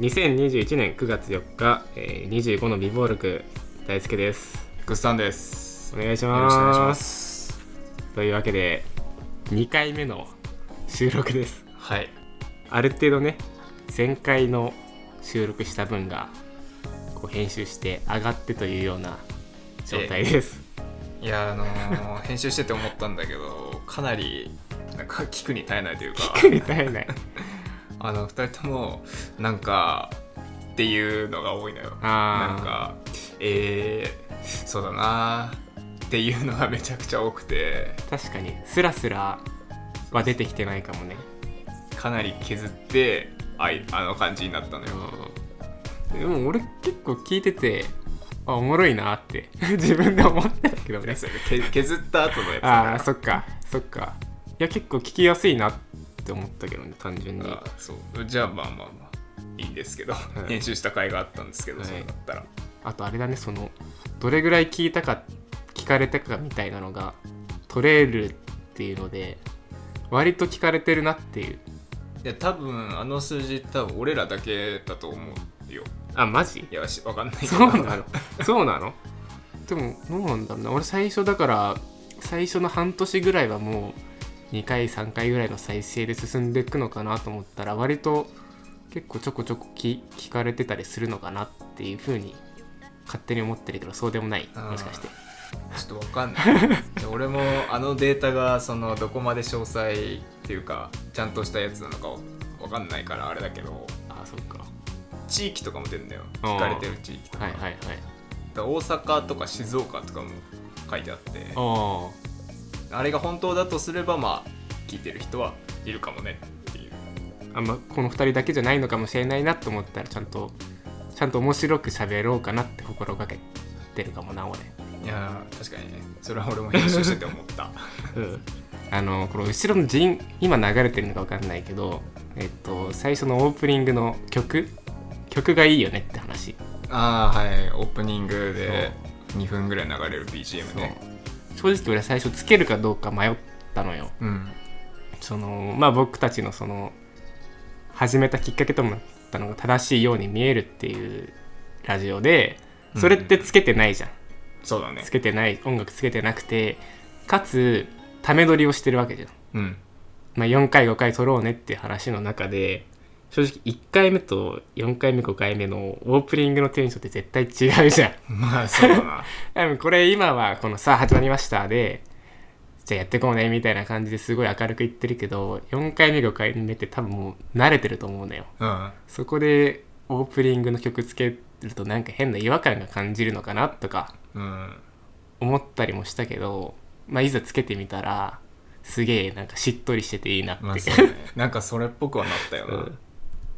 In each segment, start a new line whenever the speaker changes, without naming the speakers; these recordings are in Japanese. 2021年9月4日、えー、25の美貌録大輔です
グッサンです
お願いし
よろしくお願
ま
い
す
します
というわけで2回目の収録です
はい
ある程度ね前回の収録した分がこう編集して上がってというような状態です、
いやあのー編集してて思ったんだけどかなりなんか聞くに耐えないというか
聞くに耐えない
あの2人ともなんかっていうのが多いのよ
あー
なんかえー、そうだなーっていうのがめちゃくちゃ多くて
確かにスラスラは出てきてないかもね
かなり削ってあいあの感じになったのよ
うんでも俺結構聞いててあおもろいなって自分で思ってたけどね
それけ削った後のやつだから
ああそっかそっかいや結構聞きやすいなって思ったけどね単純に
あそうじゃあまあまあまあいいんですけど、
い
編集した回があったんですけど、
はい
そうだったら
あとあれだねそのどれぐらい聞いたか聞かれたかみたいなのが取れるっていうので割と聞かれてるなっていう
いや多分あの数字多分俺らだけだと思うよ
あマジ
いやしわかんないけど
そう なの そうなのでもどうなんだろうな俺最初だから最初の半年ぐらいはもう2回3回ぐらいの再生で進んでいくのかなと思ったら割と結構ちょこちょこ聞聞かれてたりするのかなっていうふうに勝手に思ってるけどそうでもない
あー
もしかして
ちょっとわかんないで俺もあのデータがそのどこまで詳細っていうかちゃんとしたやつなのかわかんないからあれだけど
ああそっか
地域とかも出るんだよ
あー
聞かれてる地域とか,、
はいはいはい
大阪とか静岡とかも書いてあって
ああ
あれが本当だとすればまあ聞いてる人はいるかもねっていう
あんまこの2人だけじゃないのかもしれないなと思ったらちゃんとちゃんと面白く喋ろうかなって心がけてるかもな俺
いやー確かにねそれは俺も編集してて思った
あのこの後ろのジン今流れてるのか分かんないけど、えっと、最初のオープニングの曲曲がいいよねって話
ああはいオープニングで2分ぐらい流れる BGM ね
そう正直俺最初つけるかどうか迷ったのよ
うん
そのまあ僕たちのその始めたきっかけともなったのが正しいように見えるっていうラジオでそれってつけてないじゃん、
そうだね
つけてない音楽つけてなくてかつため撮りをしてるわけじゃん
うん
まあ、4回5回撮ろうねっていう話の中で正直1回目と4回目5回目のオープニングのテンションって絶対違うじゃん
まあそうだな
多分これ今はこの「さあ始まりました」でじゃあやってこうねみたいな感じですごい明るく言ってるけど4回目5回目って多分もう慣れてると思うのよ
うん
そこでオープニングの曲つけるとなんか変な違和感が感じるのかなとか
うん
思ったりもしたけど、まあ、いざつけてみたらすげえなんかしっとりしてていいなって、
まあそうねなんかそれっぽくはなったよな、
うん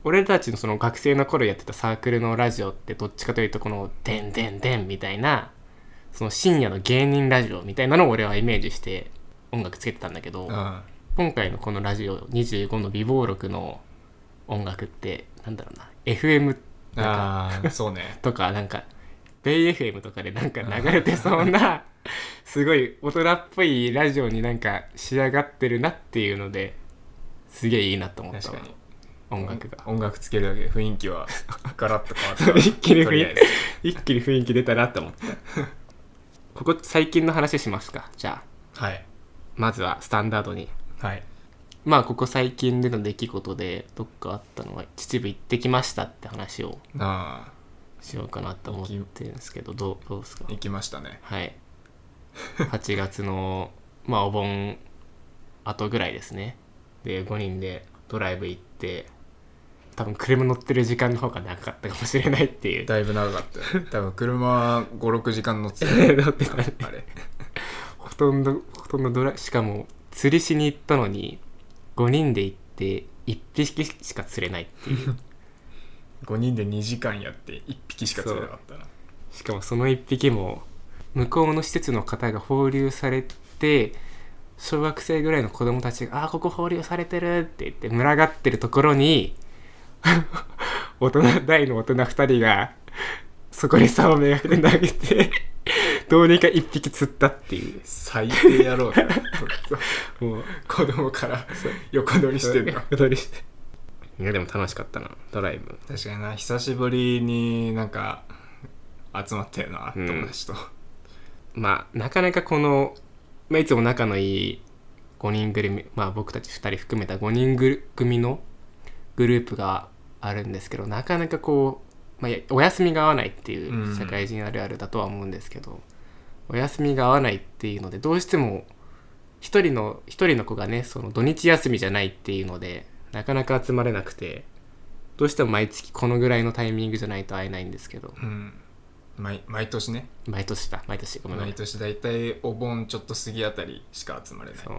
俺たちのその学生の頃やってたサークルのラジオってどっちかというとこの「でんでんでん」みたいなその深夜の芸人ラジオみたいなのを俺はイメージして音楽つけてたんだけど、
うん
今回のこのラジオ25の美貌録の音楽ってなんだろうな FM なんか
ああそうね
とかなんかベイ FM とかでなんか流れてそうなすごい大人っぽいラジオになんか仕上がってるなっていうのですげえいいなと思った
確
わ
かに
音楽が。
音楽つけるだけで雰囲気はガラッと変わった
一気に
と
雰
り
囲
あえず
気一気に雰囲気出たなって思ったここ最近の話しますかじゃあ
はい
まずはスタンダードに
はい
まあここ最近での出来事でどっかあったのは秩父行ってきましたって話を
ああ
しようかなと思ってるんですけどどうどうですか
行きましたね
はい8月のまあお盆後ぐらいですねで5人でドライブ行って多分車乗ってる時間の方が長かったかもしれないっていう
だいぶ長かったよ多分車56時間 乗ってた
乗ってたね
あれ
ほとんどほとんどドラしかも釣りしに行ったのに5人で行って1匹しか釣れないっていう
5人で2時間やって1匹しか釣れなかったな
しかもその1匹も向こうの施設の方が放流されて小学生ぐらいの子供たちが「あーここ放流されてる」って言って群がってるところに 大人大の大人2人がそこに竿をめがけて投げてどうにか1匹釣ったっていう
最低やろうな
もう
子供から横取りしてんの
横取りしていやでも楽しかったなドライブ
確かにな久しぶりになんか集まったよな、
うん
友達と
まあなかなかこの、まあ、いつも仲のいい5人組、まあ、僕たち2人含めた5人ぐる組のグループがあるんですけどなかなかこう、まあ、やお休みが合わないっていううん社会人あるあるだとは思うんですけど、お休みが合わないっていうのでどうしても1人の一人の子がねその土日休みじゃないっていうのでなかなか集まれなくてどうしても毎月このぐらいのタイミングじゃないと会えないんですけど
うん毎毎年ね
毎年だ毎年ごめんなさ
毎
い。
年大体お盆ちょっと過ぎあたりしか集まれない
そう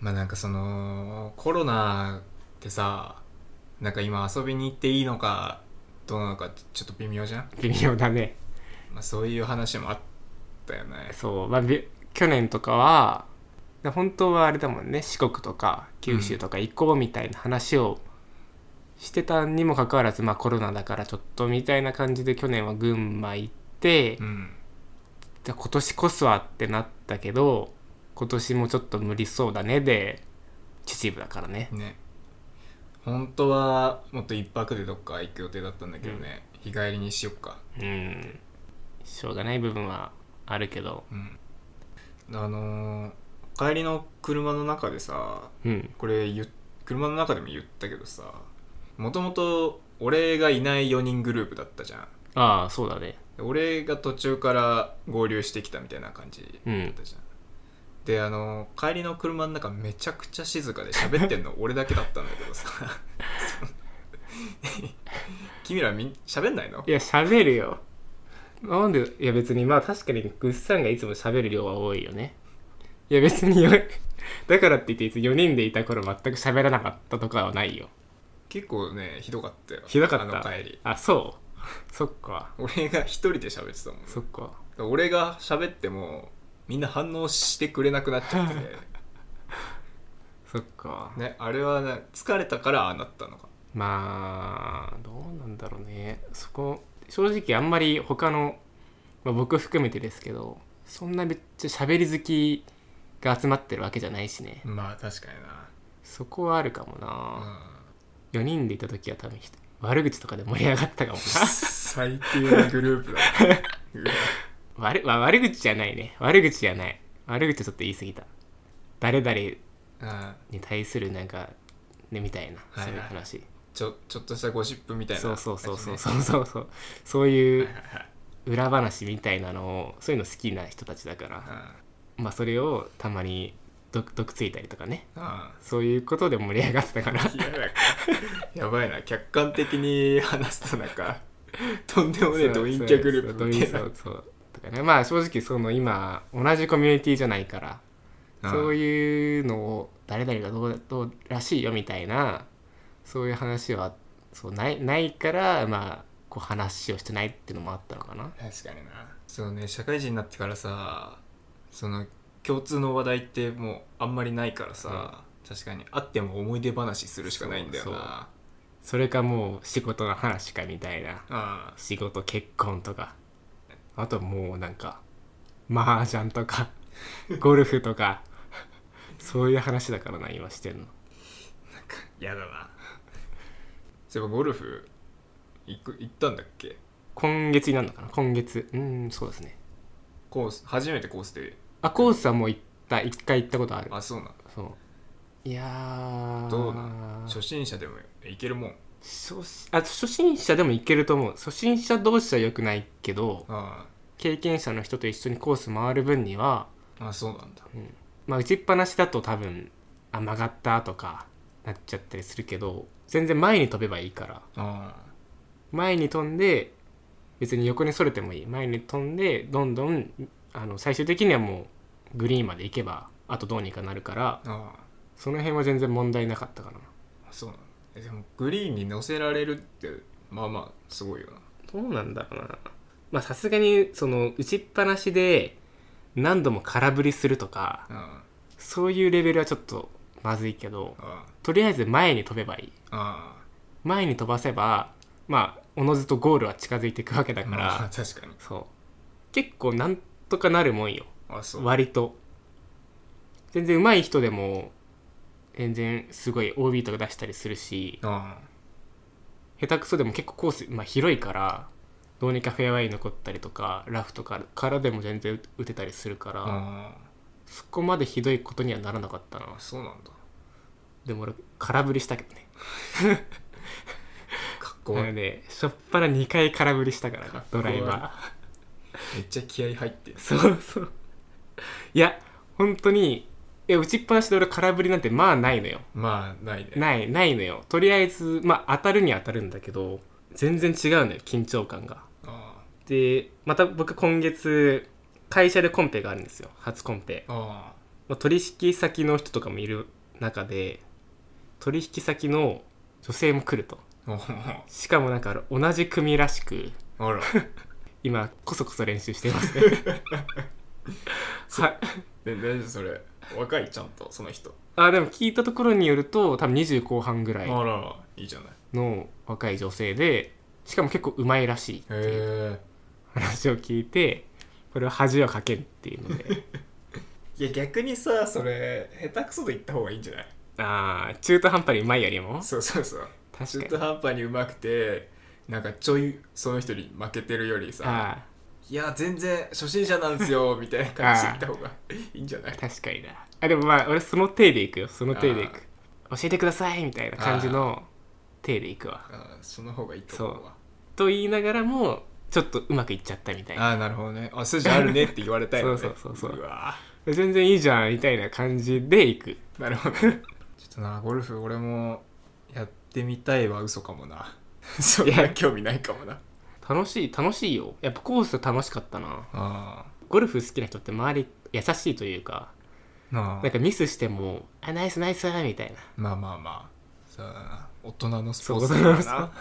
まあなんかそのコロナってさなんか今遊びに行っていいのかどうなのかってちょっと微妙じゃん、
微妙だね
まあ、そういう話もあったよね
そう、まあ、び去年とかはだ本当はあれだもんね四国とか九州とか行こうみたいな話をしてたにもかかわらず、まあ、コロナだからちょっとみたいな感じで去年は群馬行って、
うん
じゃあ今年こそはってなったけど今年もちょっと無理そうだねで秩父だからね
ね本当はもっと一泊でどっか行く予定だったんだけどね、日帰りにしよっか
うんしょうがない部分はあるけど
うんあのー帰りの車の中でさ
うん
これ言っ車の中でも言ったけどさもともと俺がいない4人グループだったじゃん
ああそうだね
で俺が途中から合流してきたみたいな感じだったじゃん、であの帰りの車の中めちゃくちゃ静かで喋ってん の俺だけだったんだけどさ その 君らみん喋んないの
いや喋るよなんでいや別にまあ確かにぐっさんがいつも喋る量は多いよねいや別によ だからって言っていつ4人でいた頃全く喋らなかったとかはないよ
結構ねひどかったよ
ひどかった
あの帰り
あそう そっか
俺が一人で喋ってたもん
そっか
俺が喋ってもみんな反応してくれなくなっちゃっ てて
そっか
ねあれはね疲れたからああなったのか
まあどうなんだろうねそこ正直あんまり他の、まあ、僕含めてですけどそんなめっちゃ喋り好きが集まってるわけじゃないしね
まあ確かにな
そこはあるかもな、
うん
4人でいた時は多分ひと悪口とかで盛り上がったかも
最低なグループだ ねうわ
な 悪,、まあ悪口じゃないね悪口じゃない悪口ちょっと言い過ぎた誰々
あ
に対するなんかねみたいな、
はいはい
そういう話
ちょちょっとしたゴシップみたいな
そうそうそうそうそ
感
うそうそうそういう
じねはい
裏話みたいなのをそういうの好きな人たちだから、
はいはい
まあそれをたまに毒毒ついたりとかね
あ
そういうことで盛り上がってたから
あ嫌だやばいな客観的に話すとなんかとんでもねえドインキャグループ
そう
み
そ
た
うそ
いな
うそうとかねまあ正直その今同じコミュニティじゃないからそう
い
いうのを誰々がどうどうらしいよみたいなそういう話はそうないないからまあこう話をしてないっていうのもあったのかな
うん確かになそうね社会人になってからさその共通の話題ってもうあんまりないからさ、確かにあっても思い出話するしかないんだよな
そうそう
あ
それかもう仕事の話かみたいな
あ
仕事結婚とかあともうなんか麻雀とかゴルフとかそういう話だからな今してんの
やだな そういえばゴルフ行く行ったんだっけ
今月になるのかな今月うんそうですね
コース初めてコースで
あコースはもう行った一回行ったことある
あそうなんだ
そういやー
どうな初心者でもいけるもん
初心あ初心者でも行けると思う初心者同士は良くないけど
あ
経験者の人と一緒にコース回る分には、
ああそうなんだ
まあ、打ちっぱなしだと多分あ曲がったとかなっちゃったりするけど全然前に飛べばいいから
あ
前に飛んで別に横にそれてもいい前に飛んでどんどんあの最終的にはもうグリーンまで行けばあとどうにかなるから
ああ
その辺は全然問題なかったかな
あそうなんだえでもグリーンに乗せられるってまあまあすごいよな
どうなんだろうなまあさすがにその打ちっぱなしで何度も空振りするとか
あ
そういうレベルはちょっとまずいけど
ああ
とりあえず前に飛べばいい
ああ
前に飛ばせばまあおのずとゴールは近づいていくわけだ
あ
から、
まあ 確かに
そう結構なんとかなるもんよ
あそう
割と全然上手い人でも全然すごい OB とか出したりするし
あ
下手くそでも結構コース、まあ、広いからどうにかフェアウェイ残ったりとかラフとかからでも全然打てたりするから、
あ
そこまでひどいことにはならなかったな
あそうなんだ
でも俺空振りしたけどね
かっこ
ないの
いめ
で初っ端2回空振りしたから
か
ね
っこい
ド
い
ライバー
っちゃ気合入ってる
そうそういや本当にいや打ちっぱなしで俺空振りなんてまあないのよ
まあないね
ないないのよとりあえずまあ当たるには当たるんだけど全然違うのよ緊張感が
あ
でまた僕今月会社でコンペがあるんですよ初コンペ
ああ
まあ、取引先の人とかもいる中で取引先の女性も来ると
ああ
しかもなんか同じ組らしく
あ ら
今こそこそ練習してますねはい
で大丈夫それ若いちゃんとその人
あでも聞いたところによると多分20後半ぐらい
あらいいじゃない
の若い女性でしかも結構うまいらしいっていう
へ
話を聞いてこれは恥をかけんっていうので
えいや逆にさそれ下手くそで言った方がいいんじゃない
あー中途半端にうまいよりも
そうそうそう中
確か
途
に
半端にうまくてなんかちょいその人に負けてるよりさ
あ
いや全然初心者なんですよみたいな感じで言った方がいいんじゃない
ー確かになあでもまあ俺その手でいくよその手でいく教えてくださいみたいな感じの手でいくわ
あーその方がいいと思うわ
と言いながらもちょっとうまくいっちゃったみたいな
ああなるほどねあ筋あるねって言われたいのね
そうそうそうそう
うわ
全然いいじゃんみたいな感じでいく
なるほどちょっとなゴルフ俺もやってみたいは嘘かもなそん
い
な
や
興味ないかもな
楽しい楽しいよやっぱコース楽しかったな
あ
ゴルフ好きな人って周り優しいというか
あなあ
なんかミスしても「あナイスナイス」みたいな
まあまあまあそうだな大人のスポー
そ
ツ
う
だから
大人の
な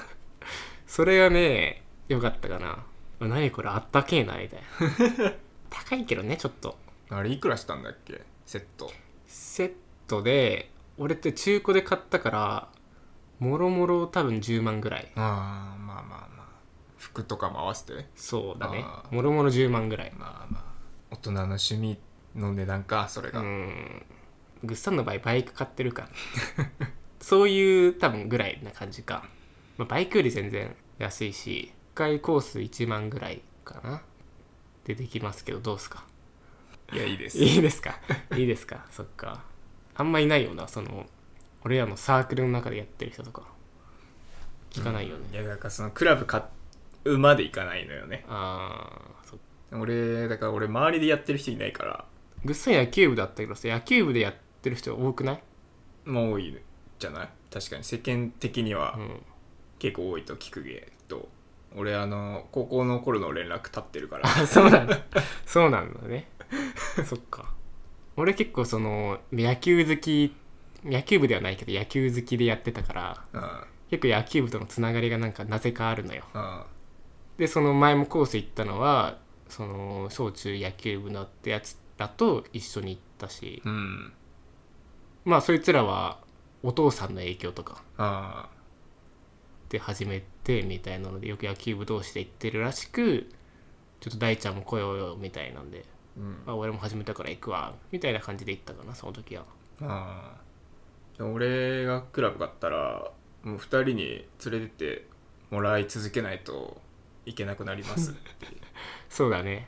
それがね良かったかなあ何これあったけえなみたいな 高いけどねちょっと
あれいくらしたんだっけセット
セットで俺って中古で買ったからもろもろ多分10万ぐらい
ああまあまあまあ服とかも合わせて
そうだね
あー
もろもろ10万ぐらい
まあまあ大人の趣味の値段かそれ
う
が、
んぐっさんの場合バイク買ってるから そういう多分ぐらいな感じか、まあ、バイクより全然安いし1回コース1万ぐらいかなでできますけどどうすか
いやいいで す
いいですかいいですかそっかあんまいないよなその俺らのサークルの中でやってる人とか聞かないよね、
いやだからそのクラブ買うまでいかないのよね
ああそっか
俺だから俺周りでやってる人いないから
ぐっさん野球部だったけどさ野球部でやってる人多くない、
まあ多いじゃない確かに世間的には
うん、
結構多いと聞くけど、俺あの高校の頃の連絡立ってる から
そうなんだ。そうなんだね。そっか。俺結構その野球好き、野球部ではないけど野球好きでやってたから、
うんうん
結構野球部とのつながりがなんかなぜかあるのよ。
あ
で、その前もコース行ったのは、その小中野球部のってやつだと一緒に行ったし、
うん
まあそいつらはお父さんの影響とか
あ
で始めてみたいなので、よく野球部同士で行ってるらしく、ちょっと大ちゃんも来ようよみたいなんで。
うん
まあ、俺も始めたから行くわみたいな感じで行ったかなその時は
ああ俺がクラブ買ったらもう2人に連れてってもらい続けないといけなくなります
そうだね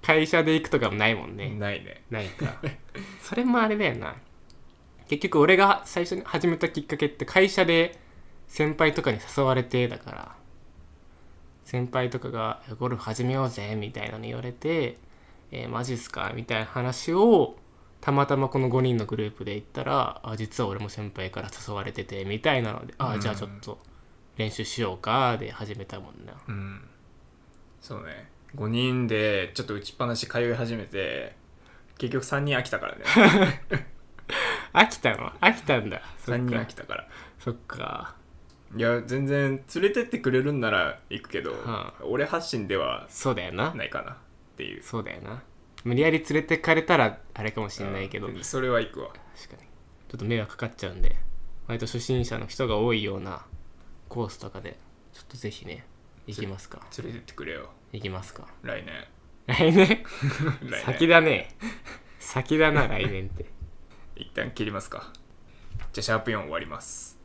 会社で行くとかもないもんね、
ないね
ないかそれもあれだよな結局俺が最初に始めたきっかけって会社で先輩とかに誘われてだから先輩とかが「ゴルフ始めようぜ」みたいなの言われて「えーマジっすか?」みたいな話をたまたまこの5人のグループで行ったら「あ実は俺も先輩から誘われてて」みたいなので「あ
うん
じゃあちょっと練習しようか」で始めたもんな
うんそうね5人でちょっと打ちっぱなし通い始めて結局3人飽きたからね
飽きたの飽きたんだそ
3
っ
人
か
飽きたから
そっか
いや全然連れてってくれるんなら行くけど、
は
俺発信では
そうだよな
ないかなっていう
そうだよな無理やり連れてかれたらあれかもしんないけど
う
確
ん
か
それは行くわ
にちょっと迷惑かかっちゃうんで割と初心者の人が多いようなコースとかでちょっとぜひね行きますか
連れてってくれよ
行きますか
来年
来年
来年
先だね先だな来年って
一旦切りますかじゃあシャープ4終わります